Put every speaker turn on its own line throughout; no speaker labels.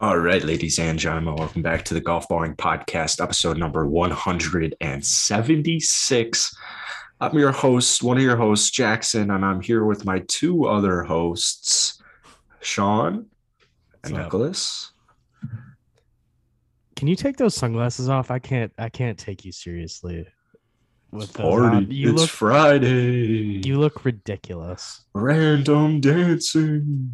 All right, ladies and gentlemen, welcome back to the Golf Balling Podcast, episode number 176. I'm your host, one of your hosts, Jackson, and I'm here with my two other hosts, Sean and
What's up?
Nicholas.
Can you take those sunglasses off? I can't. I can't take you seriously. With
It's
those
party.
on. you
it's
look
Friday.
you look ridiculous.
Random dancing.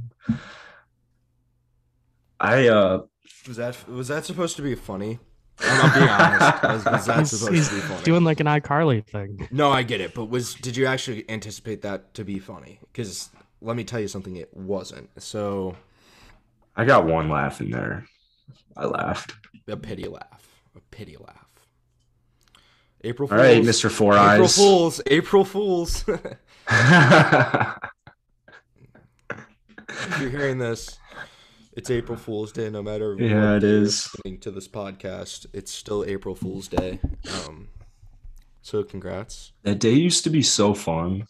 I uh
Was that was that supposed to be funny? I'm not being honest. Was, was that
He's-
supposed
he's
to be funny?
Doing like an iCarly thing.
no, I get it, but was did you actually anticipate that to be funny? Because let me tell you something, it wasn't. So
I got one laugh in there. I laughed.
a pity laugh, a pity laugh. April
All
Fools.
right, Mr. Four
April
Eyes.
Fools. April Fools. if you're hearing this, it's April Fools Day. No matter
Yeah, it
day you're
is.
listening to this podcast, it's still April Fools Day. Um, so congrats.
That day used to be so fun.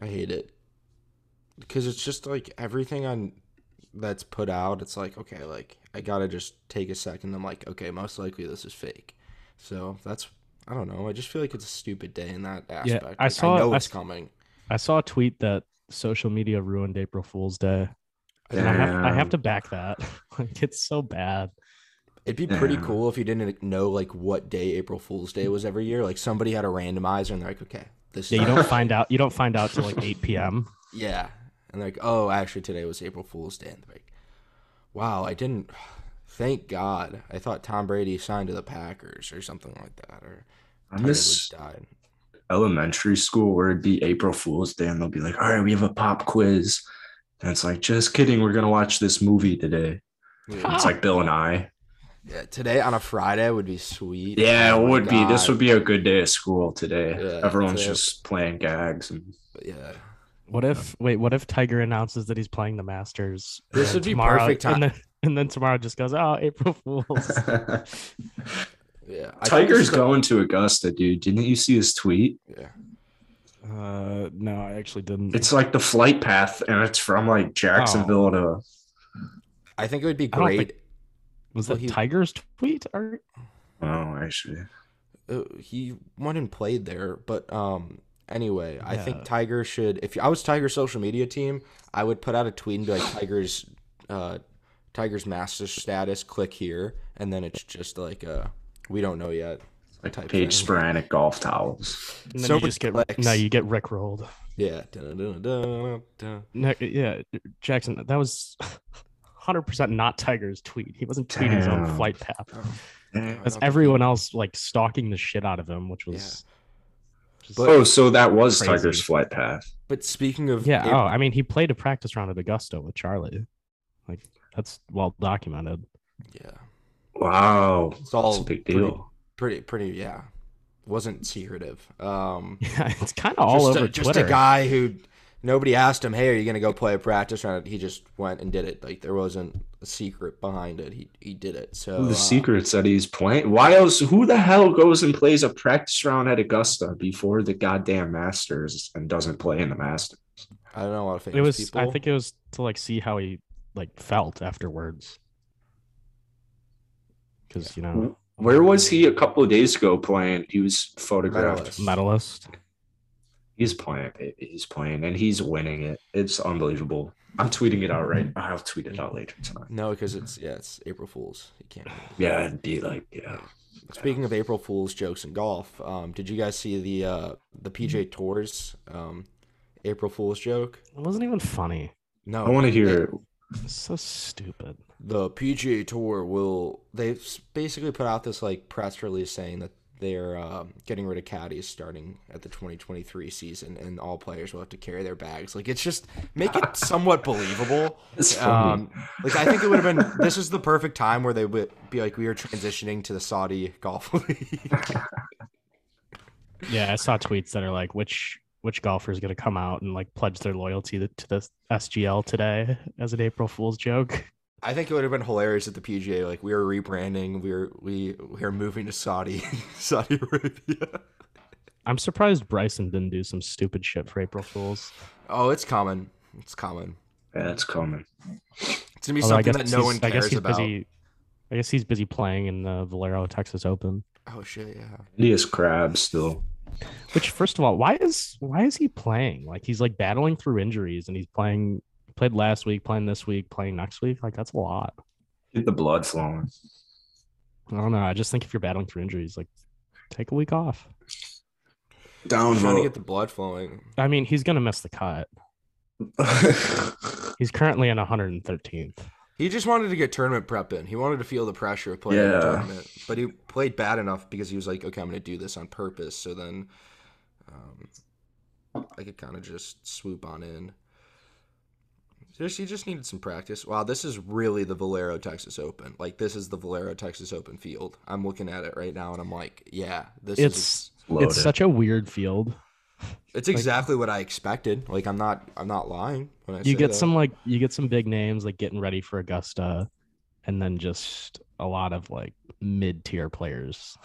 I hate it because it's just like everything on that's put out. It's like okay, like I gotta just take a second. I'm like, okay, most likely this is fake. So that's I don't know. I just feel like it's a stupid day in that aspect.
Yeah, I
Like,
saw-
I know
I
it's
s-
coming.
I saw a tweet that social media ruined April Fool's Day,
I
and I
don't know.
have, I
Damn.
have to back that. like it's so bad.
It'd be pretty
Yeah.
cool if you didn't know like what day April Fool's Day was every year. Like somebody had a randomizer and they're like, okay, this.
Yeah,
is-
you don't find out. You don't find out till like 8 p.m.
Yeah. And they're like, oh, actually, today was April Fool's Day. And they're like, wow, I didn't. Thank God. I thought Tom Brady signed to the Packers or something like that. Or
I
Tiger
miss
Woods died.
elementary school where it'd be April Fool's Day and they'll be like, all right, we have a pop quiz. And it's like, just kidding, we're gonna watch this movie today.
Yeah.
It's like Bill and I.
Yeah, today on a Friday would be sweet.
Yeah,
Oh
it
my
would be. This
God.
would be a good day at school today.
Yeah,
Everyone's
today-
just playing gags and
But yeah.
What if? Wait, what if Tiger announces that he's playing the Masters?
This
and
would be
tomorrow-
perfect time.
And then, and then tomorrow just goes, oh, April Fools.
Yeah. I think
Tiger's
it's the-
going to Augusta, dude. Didn't you see his tweet?
Yeah.
Uh, no, I actually didn't.
It's like the flight path, and it's from like Jacksonville
Oh.
to
I think it would be
I don't
great.
was
well,
that
he-
Tiger's tweet? Or
oh, actually,
uh, he went and played there. But um, anyway, I
Yeah.
think Tiger should. If I was Tiger's social media team, I would put out a tweet and be like, "Tiger's, uh, Tiger's master status. Click here," and then it's just like, uh, "We don't know yet."
like
Type
Paige
thing.
Sporanic golf towels.
And then
So
you
many
just get
clicks.
no, you get rickrolled.
Yeah. Dun-dun-dun-dun-dun.
No, yeah, Jackson, that was 100% not Tiger's tweet. He wasn't tweeting his
Damn.
own flight path.
Eh.
Oh, I
That's
don't think-
everyone else like stalking the shit out of him, which was. just-
But-
Oh, so that was
Crazy.
Tiger's flight path.
But speaking of
yeah.
April-
Oh, I mean, he played a practice round at Augusta with Charlie. Like that's well documented.
yeah,
Wow,
it's
that's
all
a big
pretty-
deal.
Pretty, pretty, yeah. Wasn't secretive. Um,
Yeah, it's kind of all
just
over
a,
Twitter.
Just a guy who nobody asked him, "Hey, are you gonna go play a practice round?" He just went and did it. Like there wasn't a secret behind it. He he did it. So
Who
uh,
the secrets that he's playing? Why else? Who the hell goes and plays a practice round at Augusta before the goddamn Masters and doesn't play in the Masters?
I don't know a lot of famous
It was.
people.
I think it was to like see how he like felt afterwards. Because you know,
Where was he a couple of days ago playing? He was photographed.
Medalist.
medalist.
He's playing, baby. He's playing, and he's winning it. It's unbelievable. I'm tweeting it out right.
Mm-hmm.
I'll tweet it out later tonight.
no, because it's yeah, it's April Fools. You can't.
Yeah, it'd be like, yeah.
Speaking of April Fools jokes in golf, um, did you guys see the uh, the PJ Tours um, April Fools joke?
It wasn't even funny.
No,
I want to hear.
It's so stupid.
the PGA Tour will they've s- basically put out this like press release saying that they're um, getting rid of caddies starting at the 2023 season, and all players will have to carry their bags. Like it's just make it somewhat believable.
It's funny.
Um, like I think it would have been this is the perfect time where they would be like we are transitioning to the Saudi golf league.
Yeah, I saw tweets that are like, which which golfer is going to come out and like pledge their loyalty to, to the SGL today as an April Fool's joke?
I think it would have been hilarious at the PGA like we are rebranding, we are we we are moving to Saudi Saudi Arabia.
I'm surprised Bryson didn't do some stupid shit for April Fools.
Oh, it's common. It's common.
Yeah, it's coming.
It's gonna be
Although I
something
guess
that
he's-
no one
I
cares
guess he's
about.
busy. I guess he's busy playing in the Valero Texas Open.
Oh shit, yeah.
India's crab still.
Which, first of all, why is why is he playing? Like he's like battling through injuries, and he's playing played last week, playing this week, playing next week. Like that's a lot.
Get the blood flowing.
I don't know. I just think if you're battling through injuries, like take a week off.
I'm trying to
Downvote.
get the blood flowing.
I mean, he's gonna miss the cut. He's currently in 113th.
He just wanted to get tournament prep in. He wanted to feel the pressure of playing in the
Yeah.
tournament, but he played bad enough because he was like, "Okay, I'm going to do this on purpose." So then, um, I could kind of just swoop on in. Just he just needed some practice. Wow, this is really the Valero Texas Open. Like this is the Valero Texas Open field. I'm looking at it right now, and I'm like, "Yeah, this
It's
is."
Loaded.
it's such a weird field.
It's exactly what I expected. Like I'm not, I'm not lying when I
You
say
get
that.
some like you get some big names like getting ready for Augusta, and then just a lot of like mid tier players.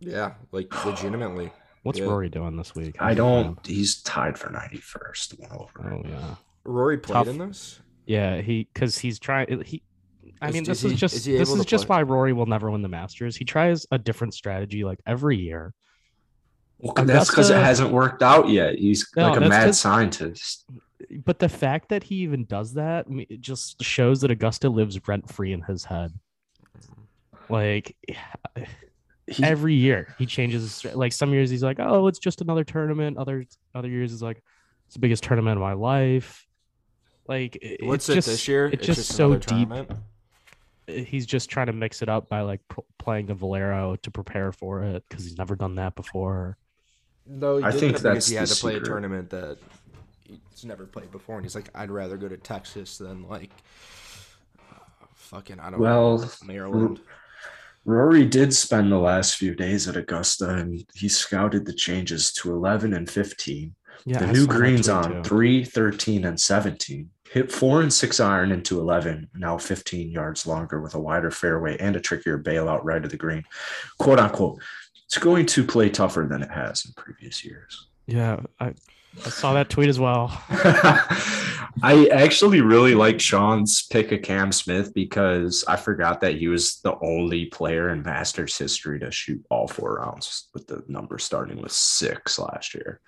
yeah, like legitimately.
What's
Yeah.
Rory doing this week?
I don't. He's tied for 91st. One over.
Oh yeah,
Rory played
Tough.
in this.
yeah. He because he's trying. He, I
Is-
mean,
is
this
he-
is just
is he
this
able
is
to
just
play?
why Rory will never win the Masters. He tries a different strategy like every year.
Well, that's because it
Augusta-
hasn't worked out yet. He's
No,
like a
that's
mad
'cause-
scientist.
But the fact that he even does that me- it just shows that Augusta lives rent free in his head. Like
He-
every year he changes his strat- like some years he's like oh it's just another tournament other other years he's like it's the biggest tournament of my life like it-
What's
it's
it
just,
this year?
it's just so
another
deep.
tournament?
he's just trying to mix it up by like p- playing the Valero to prepare for it because he's never done that before
No, he
I
did
think
that because
that's
he had
the
to play a
secret.
tournament that he's never played before, and he's like, I'd rather go to Texas than like uh, fucking I don't know
Well, mm.
Maryland.
Rory did spend the last few days at Augusta, and he scouted the changes to 11 and 15.
yeah
the
I
new
saw that
greens
tweet,
on
too.
3, 13, and 17. Hit four and six iron into 11, now 15 yards longer with a wider fairway and a trickier bailout right of the green. Quote unquote, it's going to play tougher than it has in previous years.
yeah I, I saw that tweet as well
I actually really like Sean's pick of Cam Smith because I forgot that he was the only player in Masters history to shoot all four rounds with the number starting with six last year.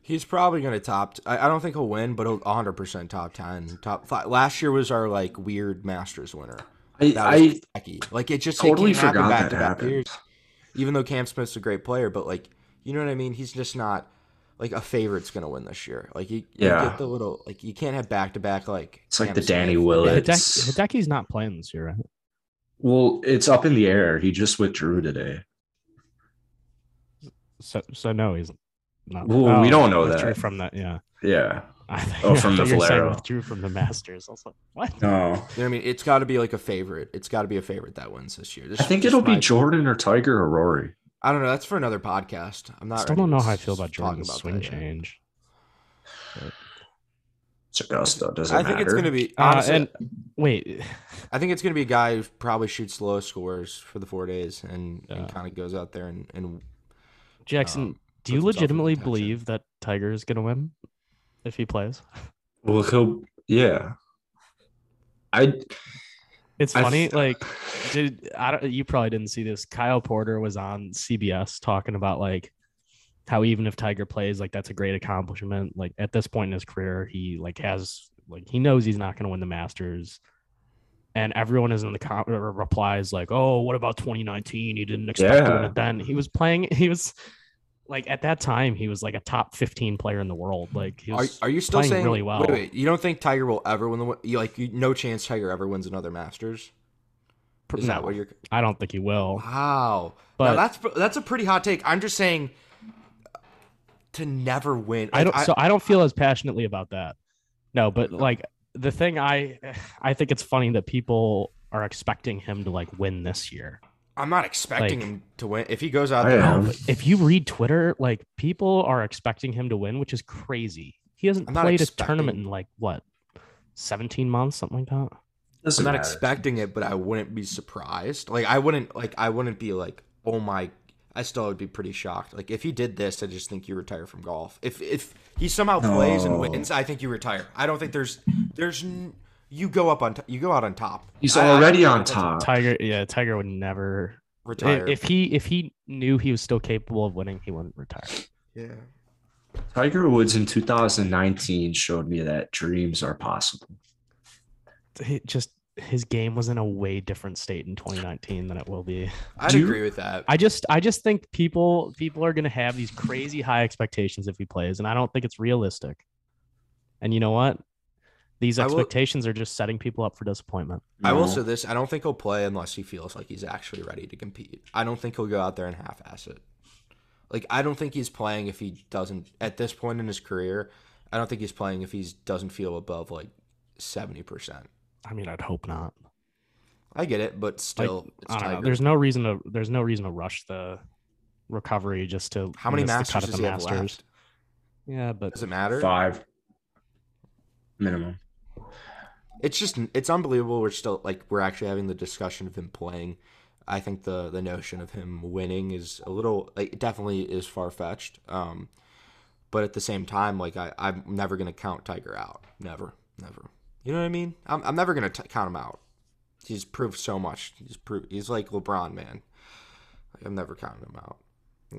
He's probably gonna top. t- I, I don't think he'll win, but he'll 100 percent top 10, top five. Last year was our like weird Masters winner.
I,
That was
I
wacky. Like it just it
totally
can't happen
forgot that
back-to-back years.
happened.
even though Cam Smith's a great player, but like you know what I mean, he's just not like a favorite's gonna win this year. Like you, you
Yeah.
get the little like you can't have back to back like
It's like
Cam
the Danny
Smith.
Willett.
yeah,
But-
Hideki, Hideki's not playing this year right?
Well, it's up in the air. He just withdrew today.
so so no he's not
Well, we
oh,
don't know
withdrew
that.
from that yeah
Yeah.
I think-
Oh, from the
I thought you were saying
Valero.
withdrew from the Masters I was like what
No.
You know what I mean? It's gotta be like a favorite. It's gotta be a favorite that wins this year. This
I think
this
it'll be
might-
Jordan or Tiger or Rory.
I don't know, that's for another podcast. I'm not
I still
ready
don't
to
know how I feel about
talk
Jordan's
about
swing
that yet.
change.
It's Augusta. Does it
I think
matter?
it's gonna be
Uh,
honestly,
and wait,
I think it's gonna be a guy who probably shoots low scores for the four days and, and
Yeah.
kinda goes out there and, and
Jackson,
Um,
do you
puts himself in
legitimately
contention.
believe that Tiger is gonna win if he plays?
Well, he'll. Yeah. I.
It's
I-
funny, like, did I don't, you probably didn't see this? Kyle Porter was on CBS talking about like how even if Tiger plays, like that's a great accomplishment. Like at this point in his career, he like has like he knows he's not gonna win the Masters. And everyone is in the com- or replies like, "Oh, what about 2019? He didn't expect to win
Yeah.
it then. He was playing. He was like at that time, he was like a top 15 player in the world. Like he
Are,
was
are you still
playing
saying
really well.
Wait, wait, you don't think Tiger will ever win the you like you, no chance Tiger ever wins another Masters?
pr-
Is that
no,
what you're?
I don't think he will.
Wow,
But-
now that's that's a pretty hot take. I'm just saying to never win.
I
like,
don't. so I don't feel as passionately about that. No, but like the thing, I I think it's funny that people are expecting him to like win this year.
I'm not expecting
like-
him to win. If he goes out
I
there,
am.
but
If you read Twitter, like people are expecting him to win, which is crazy. He hasn't
I'm not
played
expecting-
a tournament in like what, seventeen months, something like that.
Doesn't
I'm not
matter.
expecting it, but I wouldn't be surprised. Like I wouldn't like I wouldn't be like, oh my, I still would be pretty shocked. Like if he did this, I just think you retire from golf. If if he somehow plays and
No.
wins, I think you retire. I don't think there's there's n- you go up on t- you go out on top.
He's
I- I-
already
I
on
think that's a
top.
Tiger, yeah, Tiger would never
Retire.
If he if he knew he was still capable of winning, he wouldn't retire.
yeah.
Tiger Woods in 2019 showed me that dreams are possible.
He- just his game was in a way different state in 2019 than it will be.
I'd
Do you-
agree with that.
I just I just think people people are gonna have these crazy high expectations if he plays, and I don't think it's realistic. And you know what? These
I will-
expectations are just setting people up for disappointment.
I
You
will
know?
say this: I don't think he'll play unless he feels like he's actually ready to compete. I don't think he'll go out there and half-ass it. Like I don't think he's playing if he doesn't. At this point in his career, I don't think he's playing if he doesn't feel above like seventy percent.
I mean, I'd hope not.
I get it, but still, it's
I don't know.
Tiger.
There's no reason to there's no reason to rush the recovery just to
How many
miss the
masters
cut at
does
the
he have
Masters.
left?
Yeah, but
Does it matter?
Five minimum.
It's just it's unbelievable. We're still like we're actually having the discussion of him playing. I think the the notion of him winning is a little like it definitely is far fetched. Um, but at the same time, like I I'm never gonna count Tiger out. Never, never. You know what I mean? I'm I'm never gonna t- count him out. He's proved so much. He's proved he's like LeBron, man. Like, I'm never counting him out.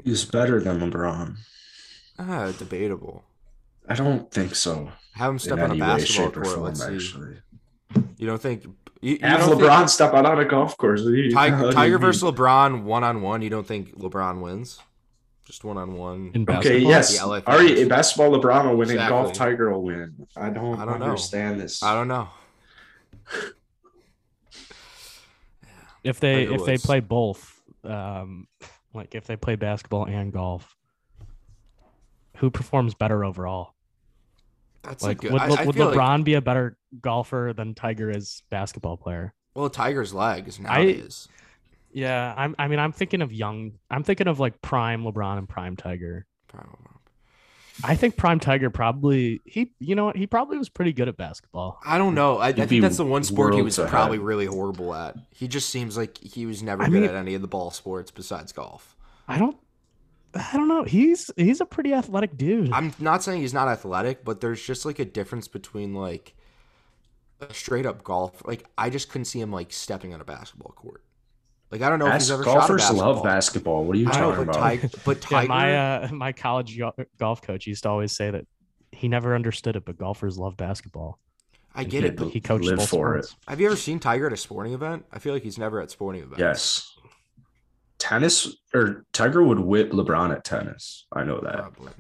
He's better than LeBron.
Ah, debatable.
I don't think so.
Have him
In
step on a
any way,
basketball
shape, or
court.
form,
Let's see.
actually.
You don't think you, you
Have
don't think-
LeBron step out on a golf course. What do you- how do
Tiger,
you
Tiger
mean?
versus LeBron one on one. You don't think LeBron wins? Just one on one.
in
Okay,
basketball,
yes.
Yeah, I like that.
Ari, in basketball, LeBron will win, and golf,
Exactly.
Tiger will win. I don't,
I don't know.
understand this.
I don't know.
if they
Tiger
if they
Woods.
play both, um, like if they play basketball and golf, who performs better overall?
That's
Like,
a good.
would,
I,
Le-
I
would
feel like-
LeBron be a better golfer than Tiger is basketball player?
well, Tiger's legs nowadays.
Yeah, I'm. I mean, I'm thinking of young. I'm thinking of like prime LeBron and prime Tiger.
Probably.
I think prime Tiger probably he. You know what? He probably was pretty good at basketball.
I don't know. I, I
He'd
think
be
that's the one sport he
worlds
was
ahead.
probably really horrible at. He just seems like he was never
I
good
mean-
at any of the ball sports besides golf.
I don't. I don't know. He's he's a pretty athletic dude.
I'm not saying he's not athletic, but there's just like a difference between like a straight up golf. Like I just couldn't see him like stepping on a basketball court. Like I don't know if he's
Bas-
ever
golfers
shot a
love basketball. What are you
I
talking
know, but
about?
Tiger, but
Yeah,
Tiger,
my uh, my college go- golf coach used to always say that he never understood it, but golfers love basketball.
I
And
get
he,
it. But
He coached
Live
both
for it.
sports.
have you ever seen Tiger at a sporting event? I feel like he's never at sporting events.
Yes. Tennis or Tiger would whip LeBron at tennis. I know that.
probably.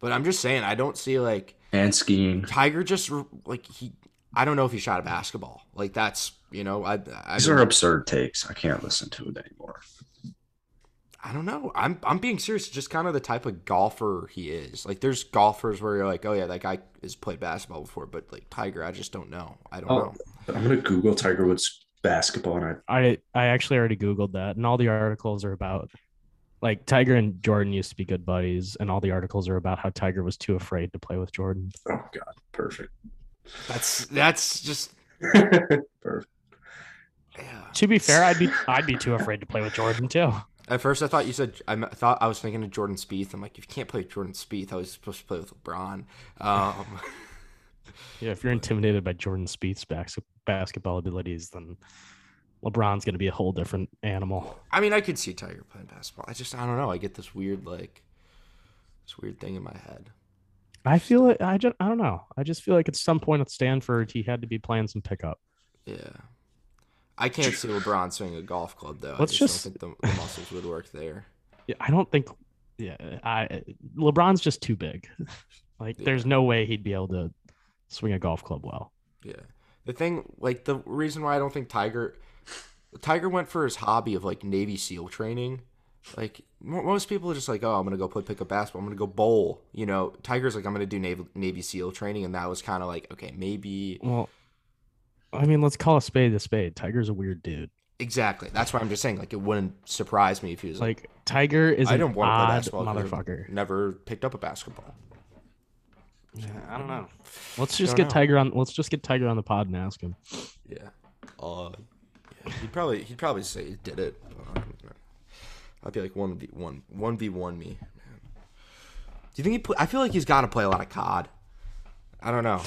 But I'm just saying, I don't see like
And skiing.
Tiger just like he. I don't know if he shot a basketball. Like that's you know I I,
These are absurd takes. I can't listen to it anymore.
I don't know. I'm I'm being serious. Just kind of the type of golfer he is. Like there's golfers where you're like, oh yeah, that guy has played basketball before, but like Tiger, I just don't know. I don't
Oh.
know.
But I'm gonna Google Tiger Woods basketball, and I
I I actually already googled that, and all the articles are about like Tiger and Jordan used to be good buddies, and all the articles are about how Tiger was too afraid to play with Jordan.
oh god, perfect,
That's that's just
perfect.
yeah.
To be fair, I'd be I'd be too afraid to play with Jordan too.
At first, I thought you said I me- thought I was thinking of Jordan Spieth. I'm like, if you can't play with Jordan Spieth, I was supposed to play with LeBron. Um,
Yeah, if you're intimidated by Jordan Spieth's bas- basketball abilities, then LeBron's going to be a whole different animal.
I mean, I could see Tiger playing basketball. I just I don't know. I get this weird like this weird thing in my head.
I feel it. I just, I don't know. I just feel like at some point at Stanford, he had to be playing some pickup.
Yeah, I can't see LeBron swinging a golf club though.
Let's
I
just-
just, don't think the, the muscles would work there.
Yeah, I don't think. Yeah, I LeBron's just too big. Like,
Yeah.
there's no way he'd be able to swing a golf club well.
Yeah. The thing, like, the reason why I don't think Tiger, Tiger went for his hobby of like Navy SEAL training. Like mo- most people are just like, oh, I'm gonna go play pick up basketball. I'm gonna go bowl. You know, Tiger's like, I'm gonna do Navy Navy SEAL training, and that was kind of like, okay, maybe
Well, I mean, let's call a spade a spade. Tiger's a weird dude.
exactly. That's why I'm just saying, like, it wouldn't surprise me if he was like,
Like, Tiger is
I
an
don't want to play
odd
basketball. 'cause I've
motherfucker.
Never picked up a basketball.
Yeah, I don't know. Let's just
Don't
get
know.
Tiger on. Let's just get Tiger on the pod and ask him.
Yeah. Uh, yeah, he'd probably he'd probably say he did it. but I don't know. I'd be like one v one, one v one me. Man. Do you think he? Play, I feel like he's got to play a lot of COD. I don't know.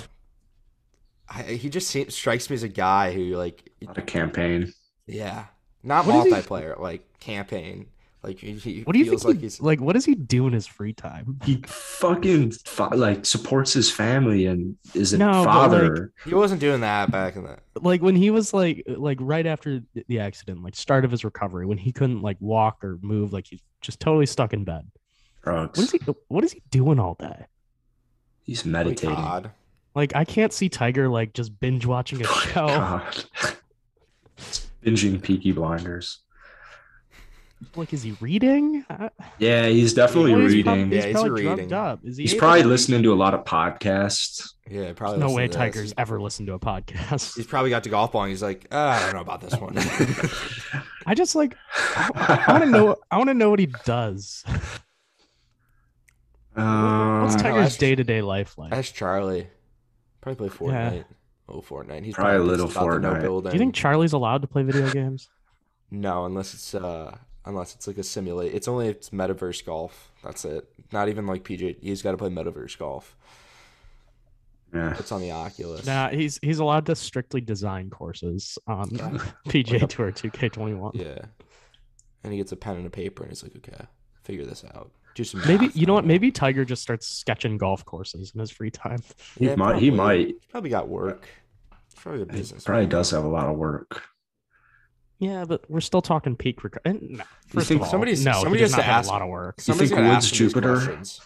I, he just seems, strikes me as a guy who like,
Not a campaign.
yeah, not
What is he-
multiplayer, like campaign. Like he, he
What do you
feels
think?
like
he-
he's
like, what does he do in his free time?
He fucking fa- like supports his family and is a
No, but,
father.
he wasn't doing that back in the
Like when he was like, like right after th- the accident, like start of his recovery, when he couldn't like walk or move, like he's just totally stuck in bed.
drugs.
What is he? What is he doing all day?
He's
like,
meditating.
COD.
Like I can't see Tiger like just binge watching a show.
God. Binging Peaky Blinders.
Like, is he reading? I-
Yeah, he's definitely
Well, He's prob-
reading.
Yeah,
he's
he's
probably drugged
reading.
up. Is he
He's
able
probably
to-
listening to a lot of podcasts.
Yeah, probably.
No
listen
way
to this.
Tiger's ever listened to a podcast.
He's probably got to golf ball. and He's like, ah, I don't know about this one.
I just like I want to know. I want to know what he does.
Um,
What's
Uh, no,
Tiger's
that's-
day to day life like?
That's Charlie. Probably play
Yeah.
Fortnite. Oh, Fortnite. He's
Probably a
pissed
little
about the
Fortnite.
Do you think Charlie's allowed to play video games?
No, unless it's uh, unless it's like a simulate. It's only if it's metaverse golf. That's it. Not even like PJ. He's got to play metaverse golf.
yeah.
It's on the Oculus.
Nah, he's he's allowed to strictly design courses on
Yeah.
PJ Tour 2K21.
Yeah. And he gets a pen and a paper, and he's like, okay, figure this out. Do some.
Maybe
math.
you know what? Maybe Tiger just starts sketching golf courses in his free time.
He
Yeah,
might. He
probably.
might.
He's probably got work. He's probably a business.
Probably does have a lot of work.
Yeah, but we're still talking peak rec- and No, first
think
of all,
somebody's-
no,
somebody
he does not
has to
have
ask-
a lot of work.
Somebody's
think
gotta
Wood's
ask him these
Jupiter?
questions.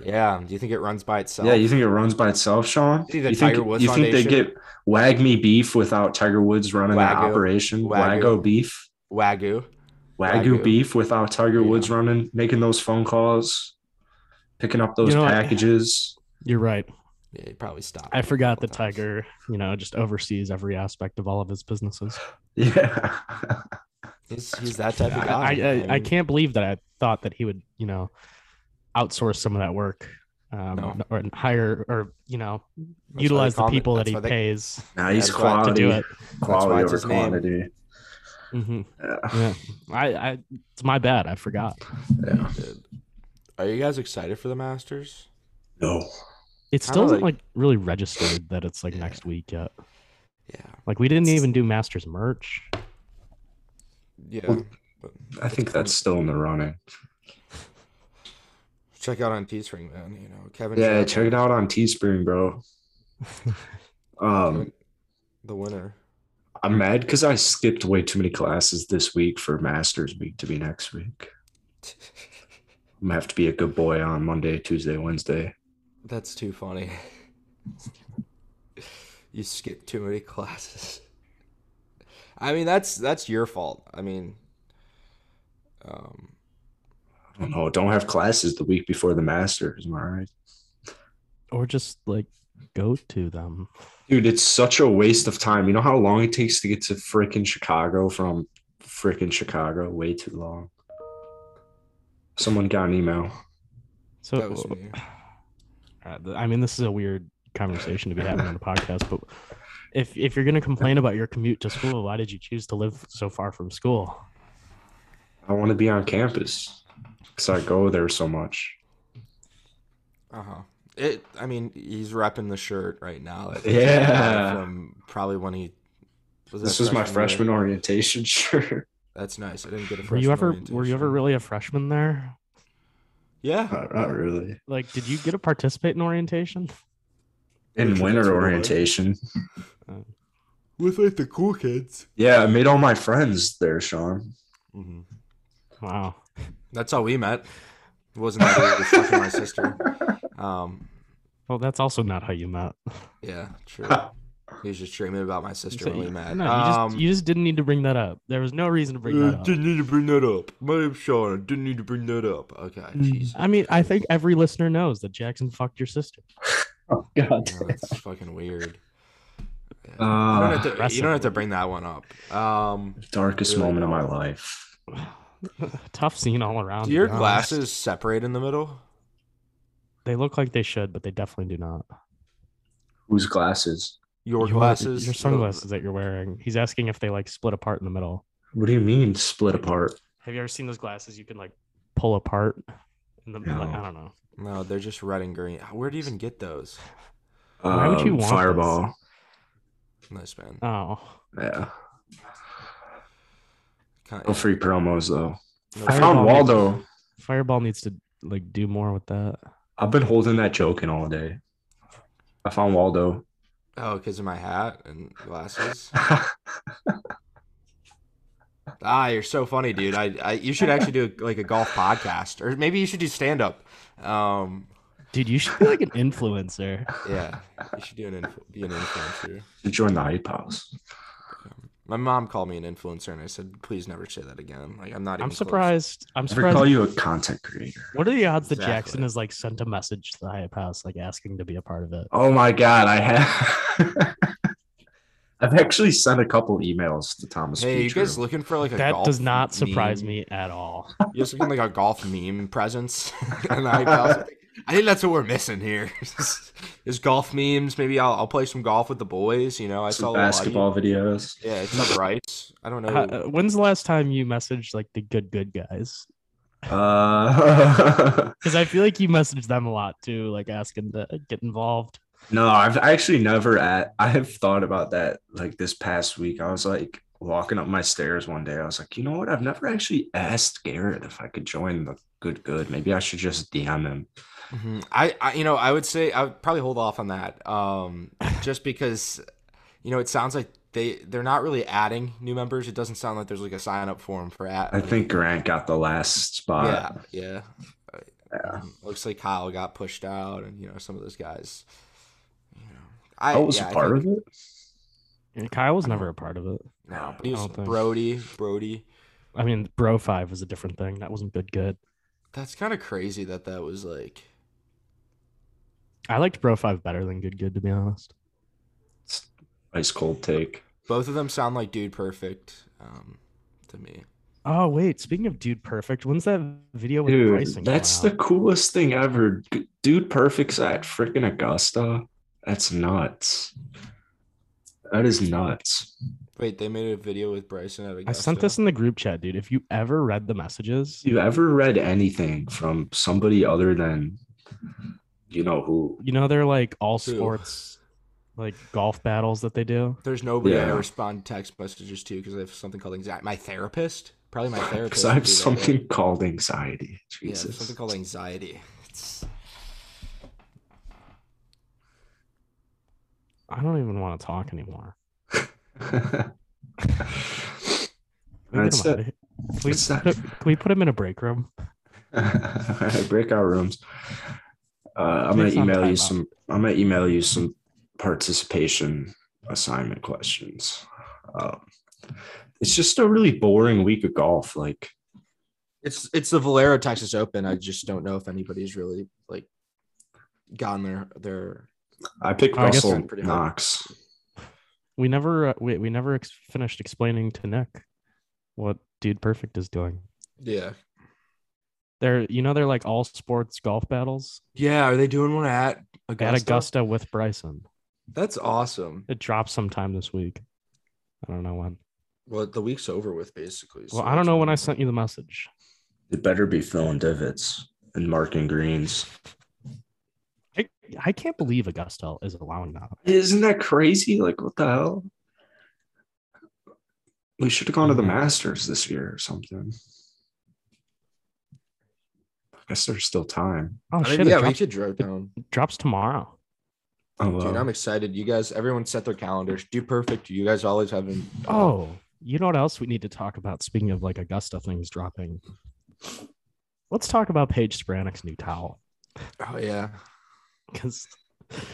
Yeah. Do you think it runs by itself?
Yeah, you think it runs by itself, Sean?
See the
you think,
Tiger Woods
you think they
Foundation?
get Wag Me Beef without Tiger Woods running that
Wagyu.
operation?
Wagyu.
Waggo Beef?
Wagyu.
Wagyu,
Wagyu.
Beef without Tiger
Yeah.
Woods running, making those phone calls, picking up those
You know what?
packages?
You're right.
Yeah, he probably stopped.
I forgot that
Sometimes.
Tiger, you know, just oversees every aspect of all of his businesses.
Yeah.
He's, he's that type of
I-
guy.
I, I, Oh, I
mean,
can't believe that I thought that he would, you know, outsource some of that work, um,
No.
or hire or you know
why they
utilize
call
the
him it-
people that
that's
he
why they-
pays
Nah, he's
That's why-
quality.
to do it.
Quality
why it's
over
his name.
quantity.
hmm
Yeah.
Yeah, I, I, it's my bad. I forgot.
Yeah.
dude. Are you guys excited for the Masters?
No.
It
Kinda
still isn't
like-
like really registered that it's like
Yeah.
next week yet.
Yeah.
Like we didn't even do Masters merch.
Yeah.
Well- I think that's still in the running.
check out on Teespring, man. You know, Kevin.
Yeah,
Chapman,
check it out on Teespring, bro. Um,
Kevin- The winner.
I'm mad because I skipped way too many classes this week for Masters Week to be next week. I'm gonna have to be a good boy on Monday, Tuesday, Wednesday.
That's too funny. you skipped too many classes. I mean, that's that's your fault. I mean, um,
I don't know. Don't have classes the week before the Masters. Am I right?
Or just like go to them.
Dude, it's such a waste of time. You know how long it takes to get to freaking Chicago from freaking Chicago? Way too long. Someone got an email.
So
that was me.
Uh, th- I mean, this is a weird conversation to be having on the podcast, but if if you're gonna complain about your commute to school, why did you choose to live so far from school?
I want to be on campus because I go there so much.
Uh huh. It. I mean, he's repping the shirt right now. that-
Yeah.
From probably when he. Was
This
that
was my
year?
freshman orientation shirt.
That's nice. I didn't get a freshman.
Were you ever were you
orientation.
ever really a freshman there?
Yeah.
Not, not really.
Like, did you get to participate in orientation?
In
Which is
winter
what I like.
orientation.
With like the cool kids.
Yeah, I made all my friends there, Sean.
hmm
Wow.
That's how we met. It wasn't that it was fucking my sister. Um.
Well, that's also not how you met.
Yeah. True.
Oh,
He was just dreaming about my sister when we met.
No, you,
um,
just, you just didn't need to bring that up. There was no reason to bring that
uh,
up.
didn't need to bring that up. My name's Sean. I didn't need to bring that up. Okay. Jesus.
I mean, I think every listener knows that Jackson fucked your sister.
Oh God.
Yeah, that's fucking weird. Yeah. you, don't
Uh,
have to, you
Impressive.
don't have to bring that one up. Um,
darkest
Really
moment of my life.
Tough scene all around. to
do
be
your
honest.
glasses separate in the middle?
They look like they should, but they definitely do not.
Whose glasses?
Your
You are-
glasses?
your sunglasses that you're wearing. He's asking if they like split apart in the middle.
What do you mean split apart?
Have you ever seen those glasses you can like pull apart? And the, like,
No.
I don't know.
No, they're just red and green. Where do you even get those?
Why would you want this?
Um, Fireball?
Nice man.
Oh,
Yeah.
Kind-
No free promos though.
no
I
Fireball
found
makes-
Waldo.
Fireball needs to like do more with that.
I've been holding that joke in all day. I found Waldo.
Oh, because of my hat and glasses. Ah, you're so funny, dude. I, I you should actually do like a golf podcast, or maybe you should do stand up. Um,
Dude, you should be like an influencer.
yeah, you should do an inf- be an influencer.
You joined the hype house.
My mom called me an influencer, and I said, please never say that again. Like I'm not. Even
I'm
close.
surprised. I'm
Never call
surprised.
you a content creator.
What are the odds that
Exactly.
Jackson has like sent a message to the Hype House, like asking to be a part of it?
Oh my god, I have. I've actually sent a couple emails to Thomas.
Hey, you
Petro.
guys looking for like a
That
golf
does not surprise
meme? Oh.
me at all.
You guys looking like a golf meme presence? And I, I was- I think that's what we're missing here. Is golf memes? Maybe I'll, I'll play some golf with the boys. You know, I saw
some
a lot of-
basketball videos.
Yeah, it's not rights. I don't know.
How- uh, when's the last time you messaged like the good good guys?
Uh,
Because I feel like you messaged them a lot too, like asking to get involved.
no, I've actually never at. I have thought about that like this past week. I was like walking up my stairs one day. I was like, you know what? I've never actually asked Garrett if I could join the good good. Maybe I should just DM him.
Mhm. I, I, you know, I would say I would probably hold off on that, um, just because, you know, it sounds like they they're not really adding new members. It doesn't sound like there's like a sign up form for at.
I think Grant got the last
Yeah,
spot.
yeah.
Yeah.
Um, looks like Kyle got pushed out, and you know some of those guys. You know, I
I was
yeah,
a
I
part
think-
of it.
And Kyle was never a part of it.
No, but
I
he was
don't think-
Brody. Brody.
I mean, Bro Five was a different thing. That wasn't good good.
That's kind of crazy that that was like.
I liked Bro Five better than Good Good, to be honest.
Ice cold take.
Both of them sound like Dude Perfect um, to me.
Oh wait, speaking of Dude Perfect, when's that video with
Dude,
pricing? come
that's
out?
the coolest thing ever. G- Dude, perfect's at freaking Augusta. That's nuts. That is nuts.
Wait, they made a video with Bryson at
I sent this
Augusta?
in the group chat, dude. If you ever read the messages,
You ever read anything from somebody other than you know who?
you know they're like all
Who?
sports, like golf battles that they do.
There's nobody I
Yeah.
respond to text messages to because I have something called anxiety. My therapist, probably my therapist.
Because I have
would do that,
something
right?
called anxiety.
Yeah, I have
Jesus.
something called anxiety. It's,
I don't even want to talk anymore. Can we,
That's
get him out of
it.
here? Can we
It's that-
put, can we put him in a break room?
breakout rooms. Uh, I'm gonna
Please don't
email you
time out.
some. I'm gonna email you some participation assignment questions. Um, it's just a really boring week of golf. Like,
it's it's the Valero Texas Open. I just don't know if anybody's really like gotten their their.
I picked
Oh,
I guess-
Russell
Pretty hard.
Knox.
We never uh, we, we never ex- finished explaining to Nick what Dude Perfect is doing.
Yeah.
They're you know they're like all sports golf battles
Yeah. Are they doing one at Augusta?
at Augusta with Bryson.
That's awesome.
It drops sometime this week. I don't know when.
Well, the week's over with basically. so
Well, I
that's
don't know when I
nice.
sent you the message.
It better be filling divots and marking greens.
I, I can't believe Augusta is allowing that.
Isn't that crazy? Like, what the hell? We should have gone
Mm-hmm.
to the Masters this year or something. I guess there's still time.
Oh
I mean,
shit! it
yeah, we
drops,
could drive down.
drops tomorrow.
Oh,
Dude,
well.
I'm excited. You guys, everyone set their calendars. Do perfect. You guys always have an
Oh, you know what else we need to talk about? Speaking of like Augusta things dropping, let's talk about Paige Spranik's new towel
oh yeah.
because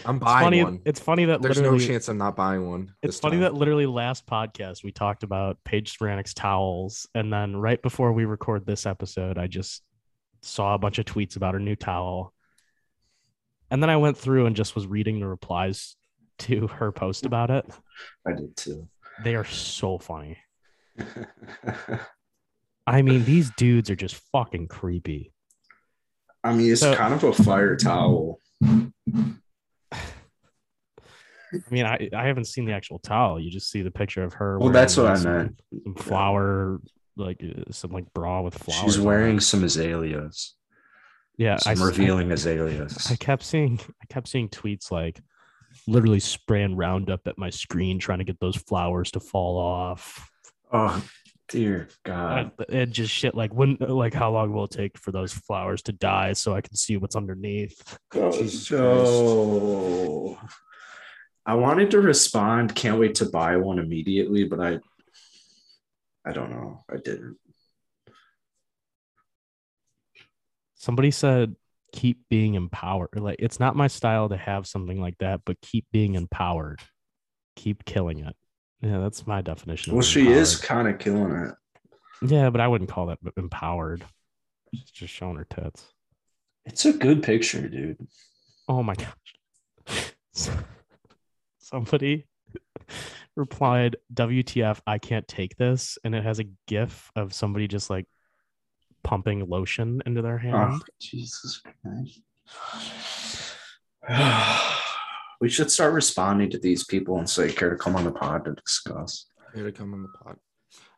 I'm
it's
buying
funny.
one.
It's funny that
There's no
literally
chance I'm not buying one.
it's
this
funny
time.
that literally last podcast we talked about Paige Spranik's towels, and then right before we record this episode, I just saw a bunch of tweets about her new towel, and then I went through and just was reading the replies to her post about it.
I did too.
They are so funny. I mean, these dudes are just fucking creepy.
I mean, it's
So-
kind of a fire towel.
I mean, I I haven't seen the actual towel. You just see the picture of her.
Well,
wearing
that's what I
some-
meant.
Some flower like uh, some like bra with flowers.
She's
on
wearing
it.
some azaleas.
yeah, I
Some
s- I-
revealing azaleas.
I kept seeing I kept seeing tweets like literally spraying Roundup at my screen trying to get those flowers to fall off.
Oh dear
And
God.
and just shit like when like how long will it take for those flowers to die so I can see what's underneath.
Oh,
Jesus
no. I wanted to respond. Can't wait to buy one immediately, but I I don't know. I didn't.
Somebody said keep being empowered. Like it's not my style to have something like that, but keep being empowered. Keep killing it. Yeah, that's Oh my definition. of
Well, she is
empowered.
kind of killing it.
Yeah, but I wouldn't call that empowered. She's just showing her tits.
It's a good picture, dude.
Oh my gosh. So- Somebody replied, WTF, I can't take this. And it has a gif of somebody just like pumping lotion into
Ah.
their
Oh,
hand.
Jesus Christ. we should start responding to these people and say, care to come on the pod to discuss.
Here to come on the pod.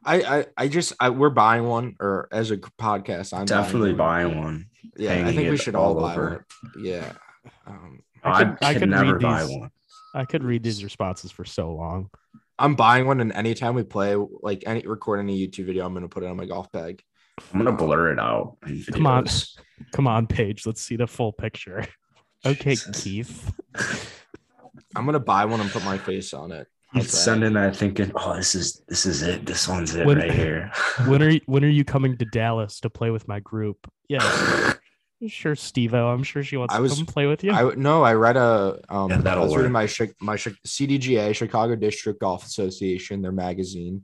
I, I, I just I, we're buying one or as a g- podcast I'm buying
Definitely
one.
buy one.
Yeah, I
hanging
think we
it
should all
all
buy
over.
one. Yeah. Um,
I
I
could,
could- I could
never
read
buy
these.
one.
I could read these responses for so long.
I'm buying one, and anytime we play, like any record any YouTube video, I'm gonna put it on my golf bag.
I'm gonna blur it out. in
Come on.
videos.
Come on, Paige. Let's see the full picture. Okay,
Jesus.
Keith.
I'm gonna buy one and put my face on it.
I'm
How's that?
sending that thinking, oh, this is this is it. This one's it
When-
right here.
When are you, when are you coming to Dallas to play with my group? Yeah, sure, Steve I'm sure she wants
I
to
was-
come play with you.
I would- no, I read a um
Yeah, that'll
I was reading
work.
my Chi- my Chi- CDGA Chicago District Golf Association their magazine.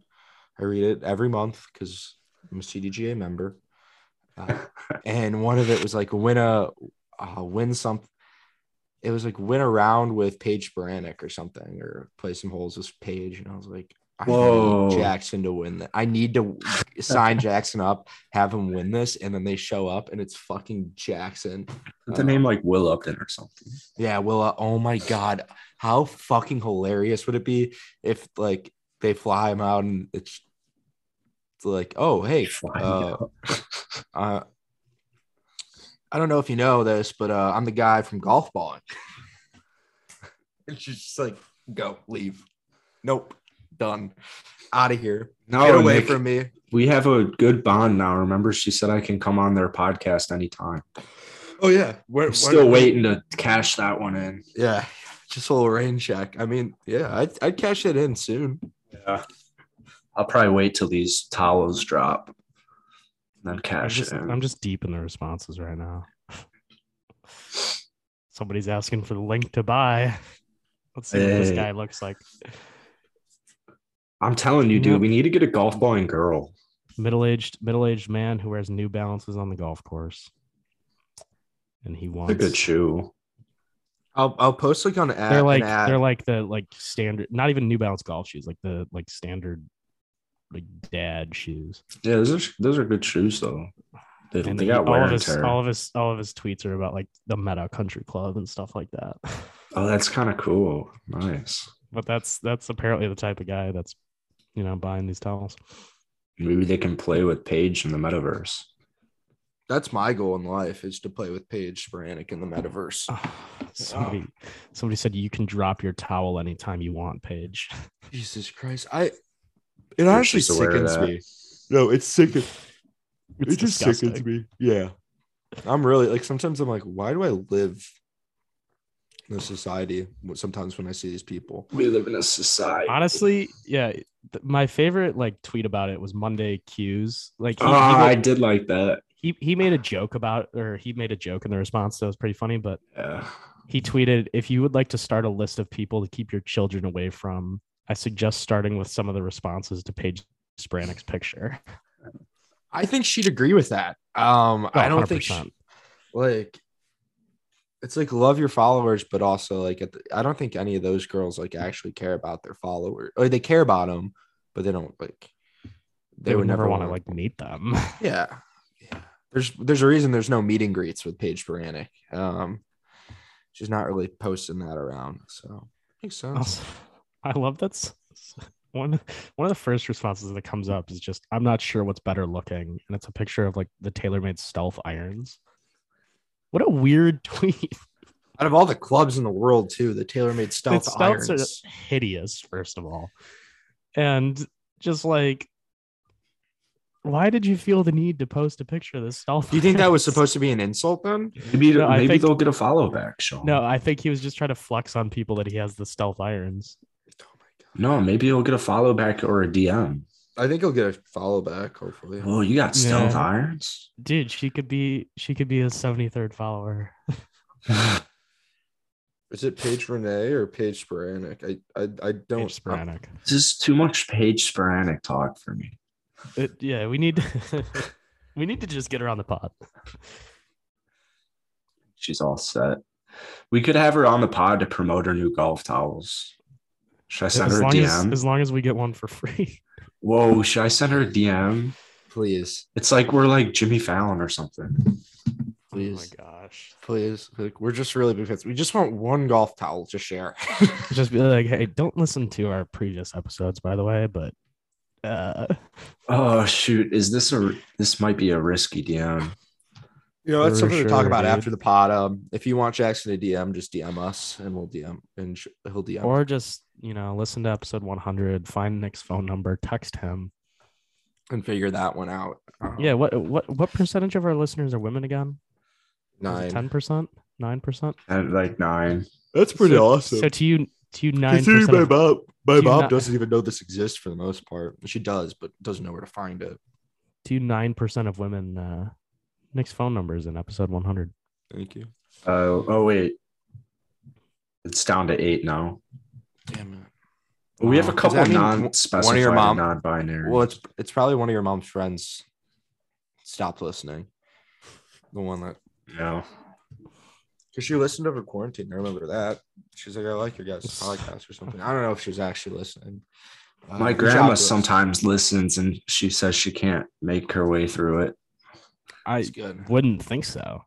I read it every month because I'm a CDGA member, uh, and one of it was like win a uh, win some. It was like win a round with Paige Baranek or something, or play some holes with Paige, and I was like. I
Whoa.
need Jackson to win that. I need to sign Jackson up, have him win this, and then they show up and it's fucking Jackson.
Uh-huh.
With the name like Will Upton or something.
Yeah, Willa. Oh my god, how fucking hilarious would it be if like they fly him out and it's, it's like, oh hey,
Flying
uh,
out.
uh, I don't know if you know this, but uh, I'm the guy from golf balling. and she's just like, go leave. Nope, done, out of here.
No,
Get away
Nick,
from me.
we have a good bond now. Remember, she said I can come on their podcast anytime.
Oh yeah,
I'm still waiting to cash that one in.
Yeah, just a little rain check. I mean, yeah, I'd, I'd cash it in soon.
Yeah. I'll probably wait till these towels drop. And then
I'm
cash
just,
it in.
I'm just deep in the responses right now. Somebody's asking for the link to buy. Let's see what this
Hey.
guy looks like.
I'm telling you,
Yep.
dude, we need to get a golf ball and girl.
Middle-aged, middle-aged man who wears New Balances on the golf course, and he
It's a
wants.
good shoe.
I'll I'll post like on ad.
they're
an
like
ad.
they're like the like standard, not even New Balance golf shoes, like the like standard, like dad shoes.
Yeah, those are those are good shoes though. They,
And
they
he-
got wear
all of
and
his
tear.
all of his all of his tweets are about like the Meta Country Club and stuff like that.
Oh, that's kind of cool. Nice.
but that's that's apparently the type of guy that's you know buying these towels.
Maybe they can play with Paige in the metaverse.
That's my goal in life is to play with Paige Sporanic in the metaverse.
somebody somebody said you can drop your towel anytime you want, Paige.
Jesus Christ. I it
You're
actually
just aware of
sickens
that.
me. No, it sickens
It's
it just
disgusting.
sickens me. Yeah. I'm really like sometimes I'm like, why do I live in this society sometimes when I see these people?
We live in a society.
Honestly, yeah, th- my favorite like tweet about it was Monday Q's. Like he,
Oh,
he,
I
made,
did like that.
he, he made a joke about or he made a joke in the response that was pretty funny, but
Yeah.
he tweeted, if you would like to start a list of people to keep your children away from, I suggest starting with some of the responses to Paige Spranik's picture.
I think she'd agree with that.
Oh,
Um I don't think she,
100%.
like it's like love your followers, but also like at the, I don't think any of those girls like actually care about their followers or they care about them, but they don't like
they, would never want to like meet them.
yeah yeah there's there's a reason there's no meet and greets with Paige Baranek. Um, she's not really posting that around, so makes sense.
Also, I love that. s- one one of the first responses that comes up is just I'm not sure what's better looking, and it's a picture of like the TaylorMade Stealth irons. What a weird tweet!
Out of all the clubs in the world, too, the TaylorMade
The
Stealth
stealths
irons.
are hideous, first of all, and just like, why did you feel the need to post a picture of this stealth?
Do you think that was
iron?
supposed to be an insult then?
Maybe
No, I
maybe
think-
they'll get a follow back, Sean.
No, I think he was just trying to flex on people that he has the stealth irons.
Oh my
no, maybe he'll get a follow back or a DM.
god! I think he'll get a follow back. Hopefully,
Oh, you got stealth
Yeah.
irons.
Dude, she could be she could be a 73rd follower.
is it Paige Renee or Paige Sporanic? I I, I don't.
Paige Sporanic.
this is too much page sporadic talk for me.
It, yeah, we need we need to just get her on the pod.
She's all set. We could have her on the pod to promote her new golf towels. Should I send
As
her a
long as,
DM?
as long as we get one for free.
Whoa, should I send her a DM?
please,
It's like we're like Jimmy Fallon or something.
please,
Oh my gosh.
please. Like, we're just really big fans. We just want one golf towel to share.
Just be like, hey, don't listen to our previous episodes, by the way, but uh
Oh shoot, is this a this might be a risky DM?
You know, that's
For
something to talk
sure,
about
dude.
after the pod. Um, if you want Jackson to DM, just DM us, and we'll DM, and sh- he'll DM.
or just, you know, listen to episode 100, find Nick's phone number, text him.
and figure that one out. Um,
Yeah, what what what percentage of our listeners are women again?
nine.
Ten percent? Nine percent?
At like nine.
That's
so, So to you, to you, nine
Considering
percent.
my mom, my
do
mom
not-
doesn't even know this exists for the most part. She does, but doesn't know where to find it.
To you, nine percent of women. Uh, Nick's phone number is in episode one hundred.
Thank you.
Uh, oh wait. It's down to eight now.
Damn it.
But we have a
Wow.
Does
couple
that
of
mean
non-specified
one of your
or
mom-
non-binary.
Well, it's it's probably one of your mom's friends. Stopped listening. The one that
no.
because she listened over quarantine. I remember that. She's like, I like your guys' podcast or something. I don't know if she was actually listening. Uh,
My
good
grandma
job, Liz.
sometimes listens and she says she can't make her way through it.
I
It's good.
wouldn't think so.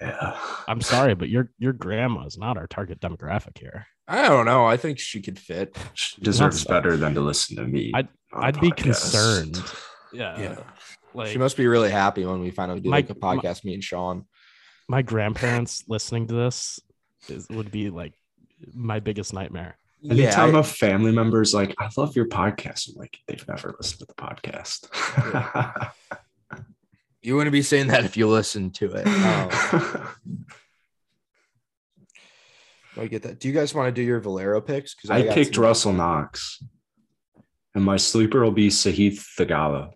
Yeah.
I'm sorry, but your your grandma is not our target demographic here.
I don't know. I think she could fit.
She deserves
That's-
better than to listen to me.
I'd-
on
I'd be
podcasts.
concerned. Yeah,
Uh, she
like
must be really happy when we finally do
My-
like a podcast. me and Sean.
my grandparents listening to this is, would be like my biggest nightmare.
Anytime
I-
a family member is like, I love your podcast, I'm like, they've never listened to the podcast.
you wouldn't be saying that if you listened to it. Um,
Oh.
I get that. Do you guys want to do your Valero picks? Because
I picked Russell Knox. And my sleeper will be Sahith Thagala.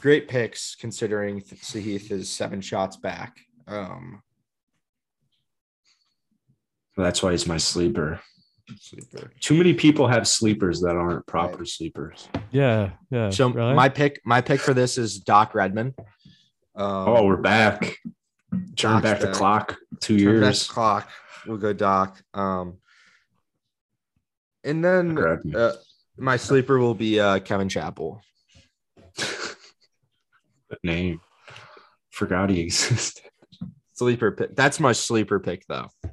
great picks considering Th- Sahith is seven shots back. Um,
That's why he's my sleeper.
sleeper.
Too many people have sleepers that aren't proper sleepers.
Yeah, yeah.
So
Uh, really?
my pick, my pick for this is Doc Redman. Um,
Oh, we're back. Turn
Doc's
back the
back.
clock. Two
turn back
years.
the clock. We'll go Doc. Um, and then
Grab me.
uh, my sleeper will be uh, Kevin Chappell.
Good name. Forgot he existed.
Sleeper pick. That's my sleeper pick though.
I'm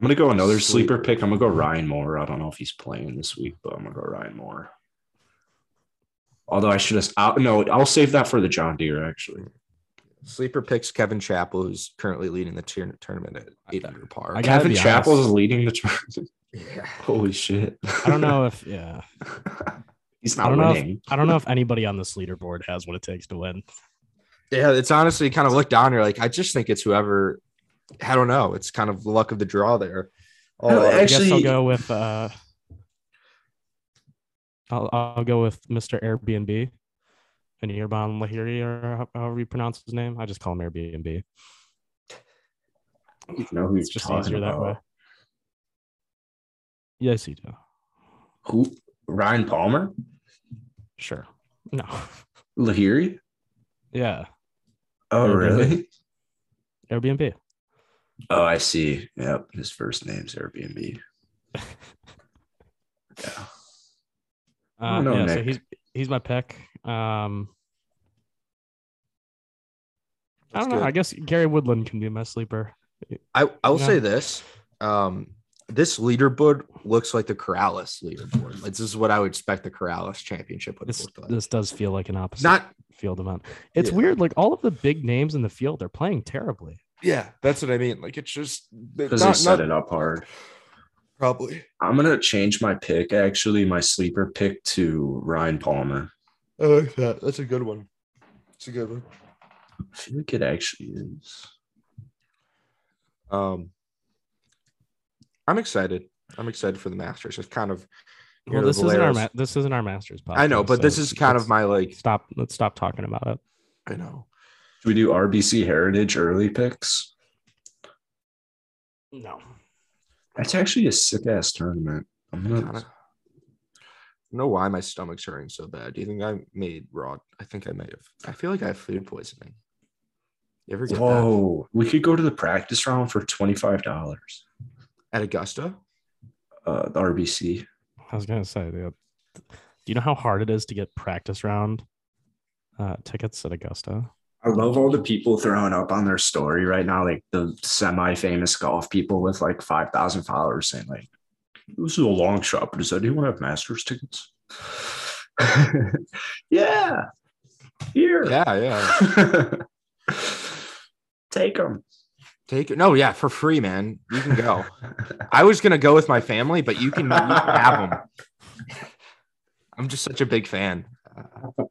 gonna go another sleeper
Sleeper.
pick. I'm gonna go Ryan Moore. I don't know if he's playing this week, but I'm gonna go Ryan Moore. Although I should have, I'll, no, I'll save that for the John Deere. Actually,
Sleeper picks Kevin Chappell, who's currently leading the tier- tournament at eight under par.
I gotta
Kevin
be
Chappell is
honest.
leading the tournament.
yeah.
Holy shit!
I don't know if yeah.
he's
I
not
don't know if-
winning.
I don't know if anybody on this leaderboard has what it takes to win.
Yeah, it's honestly kind of looked down. You're like, I just think it's whoever. I don't know. It's kind of the luck of the draw there.
No,
Oh,
I guess I'll
Actually-
go with uh, I'll I'll go with Mr. Airbnb, and Irban Lahiri or how- however you pronounce his name. I just call him Airbnb.
You know who
It's
you're
just
talking
easier that
about.
way. Yes, you do.
Who? Ryan Palmer,
Sure. No.
Lahiri.
Yeah.
Oh
Yeah,
really?
Airbnb. Airbnb. Uh,
Oh, I see. Yep, his first name's Airbnb. Yeah.
Oh,
Uh,
don't know,
yeah. So
Nick.
he's he's my pick. Um, I
That's
don't know.
good.
I guess Gary Woodland can be my sleeper.
I I will
Yeah.
say this. Um, this leaderboard looks like the Corrales leaderboard. Like, this is what I would expect the Corrales championship would
This
look like.
this does feel like an opposite
Not
field event. It's
Yeah.
weird. Like all of the big names in the field are playing terribly.
yeah, that's what I mean. Like it's just
because
not-
they set
not-
it up hard.
probably.
I'm gonna change my pick. Actually, my sleeper pick to Ryan Palmer.
I like that. That's a good one. It's a good one.
I feel like it actually is.
Um, I'm excited. I'm excited for the Masters. It's kind of
Well,
Yeah,
this isn't our
Valero's-
ma- this isn't our Masters podcast.
I know, but this
so
is kind of
let's
my like
stop. Let's stop talking about it.
I know.
Should we do RBC Heritage early picks?
No,
That's actually a sick ass tournament. I'm
Kinda,
gonna,
I don't know why my stomach's hurting so bad. Do you think I made raw? I think I might have. I feel like I have food poisoning. You ever get that
whoa, we could go to the practice round for twenty five dollars.
at Augusta?
Uh, the RBC.
I was gonna say. yeah. Do you know how hard it is to get practice round uh, tickets at Augusta?
I love all the people throwing up on their story right now, like the semi-famous golf people with like five thousand followers, saying like, "This is a long shot, but does anyone have Masters tickets?" yeah, here,
Yeah, yeah.
take them.
Take it. No, yeah, for free, man. You can go. I was gonna go with my family, but you can, you can have them. I'm just such a big fan. Uh,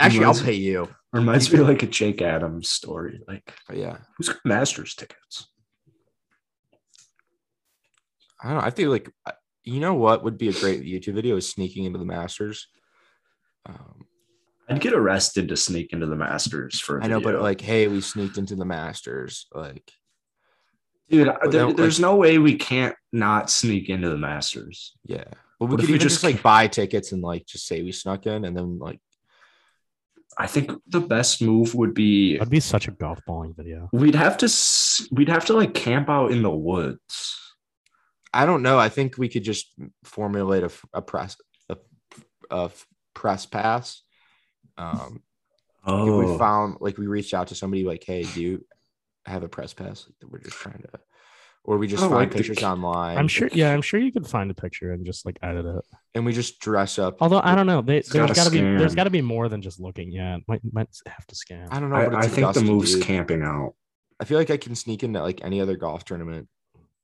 Actually, I'll
Reminds-
pay you.
Reminds me of, like a Jake Adams story, like
But yeah,
who's got Masters tickets?
I don't know. I think like I- you know what would be a great YouTube video is sneaking into the Masters. Um,
I'd get arrested to sneak into the Masters for. I
I know, but like, hey, we sneaked into the Masters. Like,
dude, there-
like-
there's no way we can't not sneak into the Masters.
yeah. But we
What if
could
we
even
just
just, like buy tickets and like just say we snuck in, and then like
I think the best move would be
That'd be such a golf balling video.
we'd have to s- we'd have to like camp out in the woods.
I don't know. I think we could just formulate a, f- a press a, a f- press pass. Um, If we
Oh,
found like we reached out to somebody like, "Hey, do you have a press pass?" Like we're just trying to, or we just
Oh, I don't
find
like the
pictures
c-
online.
I'm sure. Yeah, I'm sure you could find a picture and just like edit it.
and we just dress up.
Although I don't know, they,
It's
there's
gotta
got to be there's
scan.
got to be more than just looking. Yeah, it might might have to scan.
I don't know.
I,
but
I
it's
think the
Augusta,
move's
dude.
camping out.
I feel like I can sneak into like any other golf tournament.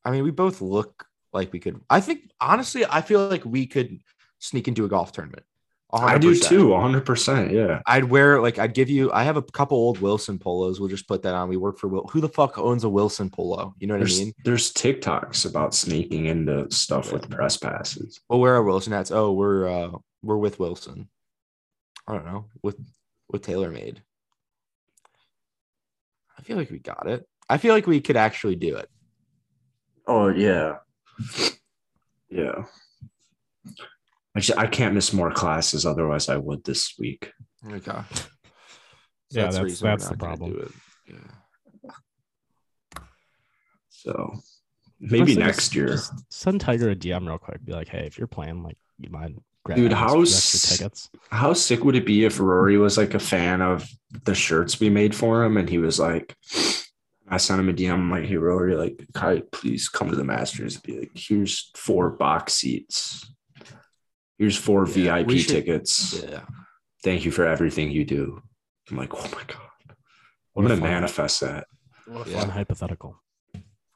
I mean, we both look like we could. I think honestly, I feel like we could sneak into a golf tournament.
I do
100%.
too, 100. percent Yeah,
I'd wear like I'd give you. I have a couple old Wilson polos. We'll just put that on. We work for Will. Who the fuck owns a Wilson polo? You know what I
there's
mean?
there's TikToks about sneaking into stuff with
Yeah.
press passes.
We'll wear our Wilson hats. Oh, we're uh we're with Wilson. I don't know with with TaylorMade. I feel like we got it. I feel like we could actually do it.
Oh yeah, yeah. I just, I can't miss more classes, otherwise I would this week.
Okay. So
Yeah, that's-
the reason we're
that's the
not gonna
problem.
do it. Yeah.
So maybe
Honestly,
next
just-
year.
just send Tiger a DM real quick. Be like, hey, if you're playing, like, you mind grabbing
Dude,
us a few
how's-
extra tickets?
How sick would it be if Rory was like a fan of the shirts we made for him and he was like, I sent him a DM, I'm like, hey, Rory, like, Kai, please come to the Masters. Be like, here's four box seats. Here's four
Yeah, we
VIP
should-
tickets.
Yeah.
Thank you for everything you do. I'm like, oh my God.
What
I'm
a
going to
fun-
manifest that.
What a
Fun
fun,
hypothetical.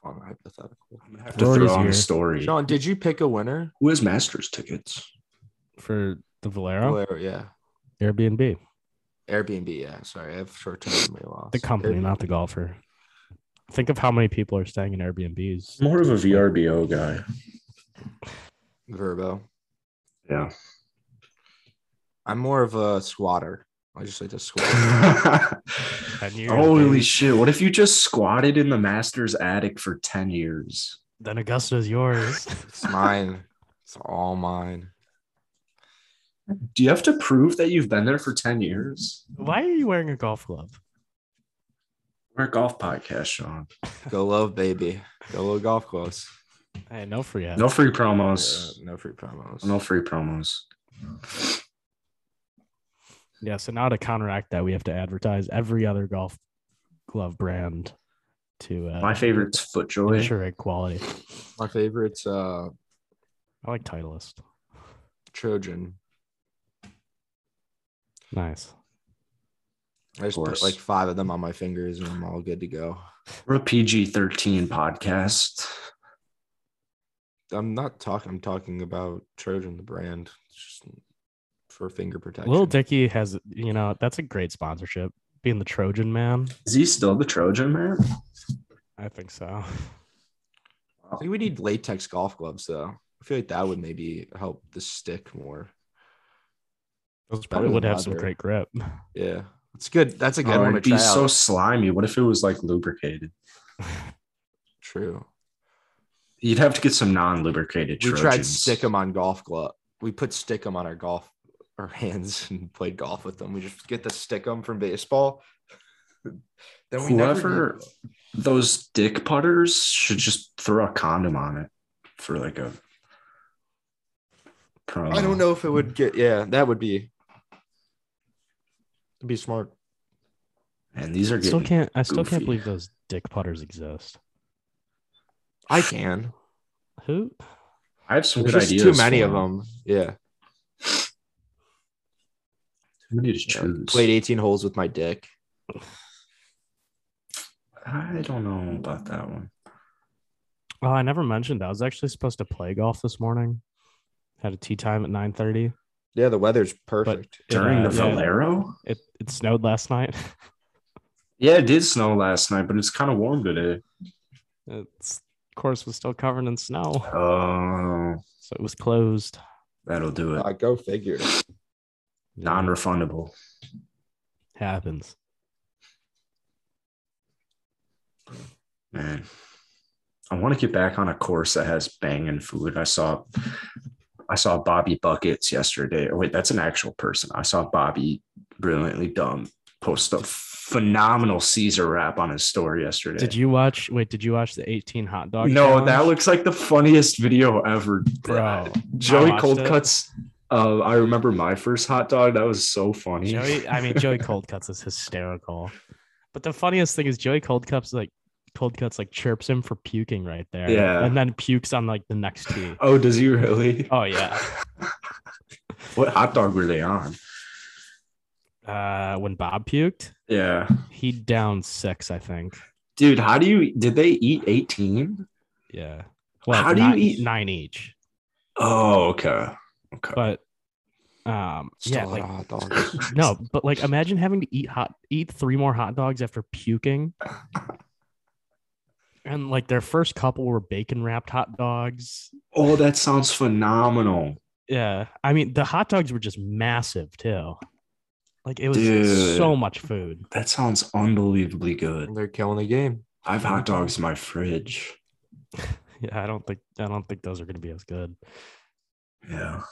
fun hypothetical.
I'm going to have to
Rory's
throw on
here.
a story.
Sean, did you pick a winner?
Who has Masters tickets?
for the Valero
Where, yeah.
Airbnb,
Airbnb, yeah. Sorry, I have short term memory loss.
the company,
Airbnb.
not the golfer. Think of how many people are staying in Airbnbs.
More of a VRBO guy.
Verbo.
Yeah.
I'm more of a squatter. I just like to squat.
Ten years.
Holy
baby.
shit. What if you just squatted in the master's attic for 10 years?
then Augusta's yours.
it's mine. It's all mine.
Do you have to prove that you've been there for 10 years?
Why are you wearing a golf glove?
We're a golf podcast, Sean.
Go love, baby. Go love golf course.
Hey, no free ads.
No free
Uh,
promos.
no free promos.
No free promos.
Yeah, so now to counteract that, we have to advertise every other golf glove brand to uh,
My favorite's Footjoy.
ensure equality.
My favorite's uh
I like Titleist.
Trojan.
Nice.
I just put
course.
like five of them on my fingers and I'm all good to go.
We're a PG thirteen podcast.
I'm not talking. I'm talking about Trojan, the brand, It's just for finger protection.
Little Dicky has, you know, that's a great sponsorship. Being the Trojan man,
Is he still the Trojan man?
I think so.
I think we need latex golf gloves though. I feel like that would maybe help the stick more.
Those
better
probably would
than
have some
leather.
great grip.
Yeah, it's good. That's a good
Oh,
one to
it'd be
try
so
out.
slimy. What if it was like lubricated?
True.
You'd have to get some non-lubricated.
We
Trojans.
tried stick 'em on golf glove. We put stick 'em on our golf our hands and played golf with them. We just get the stick 'em from baseball. then we never
Whoever
did-
those dick putters should just throw a condom on it for like a. Promo.
I don't know if it would get. Yeah, that would be. It'd be smart.
And these are
I
getting.
still can't. I still can't
goofy.
believe those dick putters exist.
I can.
Who?
I have some
There's
good
just
ideas.
too many
for
of them. Yeah.
Too many to
Yeah.
choose.
Played 18 holes with my dick.
I don't know about that one.
Oh, I never mentioned. I was actually supposed to play golf this morning. Had a tea time at nine thirty.
Yeah, the weather's perfect.
During
uh,
the
yeah.
Valero.
It it snowed last night.
Yeah, it did snow last night, but it's kind of warm today.
Its course was still covered in snow,
Oh,
so it was closed.
that'll do it.
Uh, go figure.
Yeah,
Non-refundable.
happens.
Man, I want to get back on a course that has banging food. I saw, I saw Bobby Buckets yesterday. Oh, wait, that's an actual person. I saw Bobby Brilliantly Dumb post a phenomenal Caesar wrap on his story yesterday.
Did you watch? Wait, did you watch the eighteen hot dog?
No, that
challenge?
looks like the funniest video ever,
Bro,
Joey
watched
Cold
it.
Cuts. Uh, I remember my first hot dog. That was so funny.
Joey, I mean, Joey Coldcuts is hysterical. But the funniest thing is Joey Coldcuts like Coldcuts like chirps him for puking right there.
Yeah.
And then pukes on like the next tee.
oh, does he really?
Oh yeah.
What hot dog were they on?
Uh when Bob puked,
Yeah.
he downed six, I think.
Dude, how do you did they eat 18?
Yeah. Well,
How do you
nine-
eat-
nine each?
Oh, okay. Okay.
But um yeah, like
hot dogs.
no, but like imagine having to eat hot eat three more hot dogs after puking. And like their first couple were bacon wrapped hot dogs.
oh, that sounds phenomenal.
Yeah. I mean, the hot dogs were just massive too. Like it was
Dude.
so much food.
That sounds unbelievably good.
They're killing the game.
I have hot dogs in my fridge.
Yeah, I don't think I don't think those are gonna be as good.
Yeah.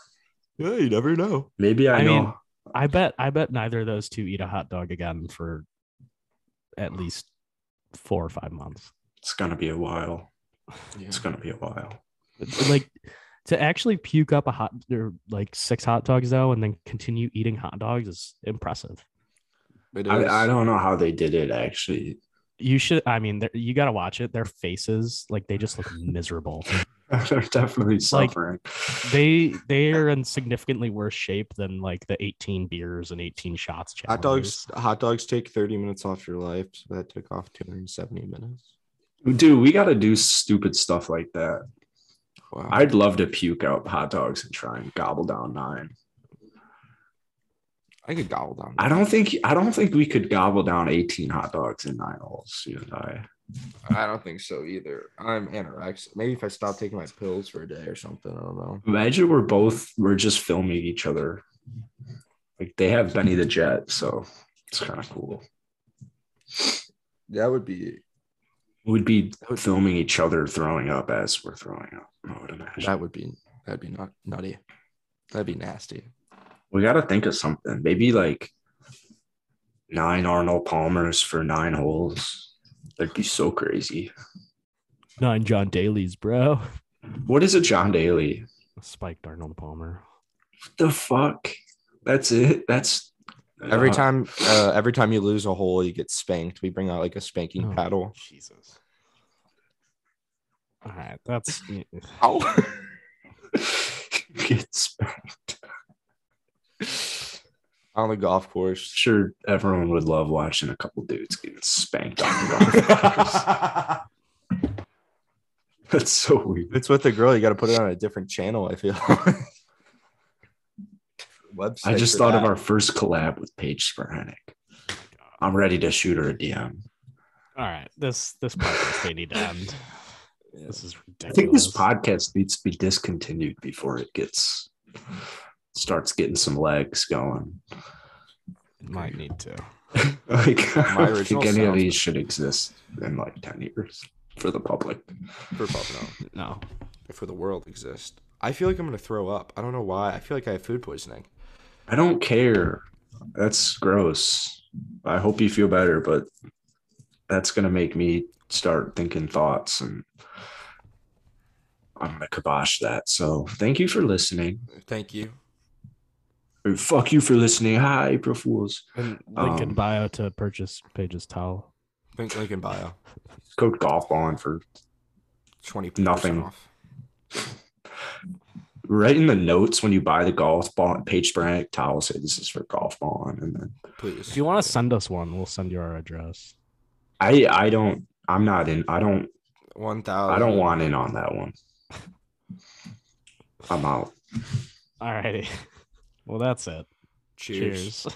Yeah, you never know.
Maybe I,
I
know.
mean- I bet I bet neither of those two eat a hot dog again for at least four or five months.
it's gonna be a while.
Yeah.
It's gonna be a while.
But, Like to actually puke up a hot or like six hot dogs though and then continue eating hot dogs is impressive.
It is.
I, I don't know how they did it actually.
You should I mean they're- you gotta watch it. Their faces, like they just look miserable.
They're definitely suffering.
they they are in significantly worse shape than like the 18 beers and 18 shots challenge.
Hot dogs. Hot dogs take 30 minutes off your life, so that took off 270 minutes.
Dude, we gotta do stupid stuff like that.
Wow.
I'd love to puke out hot dogs and try and gobble down nine.
I could gobble down.
I don't think I don't think we could gobble down 18 hot dogs in nine holes, you and I.
I don't think so either. I'm anorexic. Maybe if I stop taking my pills for a day or something. I don't know.
Imagine we're both we're just filming each other. Like they have Benny the Jet, so it's kind of cool.
That would be.
We'd be filming each other throwing up as we're throwing up. I would imagine.
That would be. That'd be not nutty. That'd be nasty.
we gotta think of something. Maybe like nine Arnold Palmers for nine holes. That'd be so crazy.
nine John Daly's, bro.
What is a John Daly?
Spiked Arnold Palmer.
the fuck? That's it. That's
Every
Uh,
time, uh, every time you lose a hole, you get spanked. We bring out like a spanking
Oh.
paddle.
Jesus. All right, that's
Ow. Get spanked.
on the golf course.
Sure, everyone would love watching a couple dudes getting spanked on the golf course. That's so
If
weird.
it's with a girl, you got to put it on a different channel. I feel. Website.
I just
for
thought of
that.
our first collab with Paige Speranic. I'm ready to shoot her a DM.
all right. This this podcast they need to end. This is
I
ridiculous.
think this podcast needs to be discontinued before it gets starts getting some legs going.
might need to.
like
My
I don't
original
think any of
sounds-
these should exist in like 10 years for the public.
For both, no.
No,
for the world exist. I feel like I'm gonna throw up. I don't know why. I feel like I have food poisoning.
I don't care. That's gross. I hope you feel better, but that's gonna make me start thinking thoughts and I'm gonna kibosh that. So thank you for listening.
Thank you.
Or fuck you for listening. Hi, April Fools.
and link in
Um,
bio to purchase Paige's towel.
Think Lincoln bio.
Code golf on for
Twenty
Nothing.
off.
right in the notes when you buy the golf ball page brand towel say this is for golf ball and then
Please.
If you want to send us one, we'll send you our address.
I I don't I'm not in I don't
one thousand?
I don't want in on that one. I'm out.
All righty. Well, that's it. Cheers.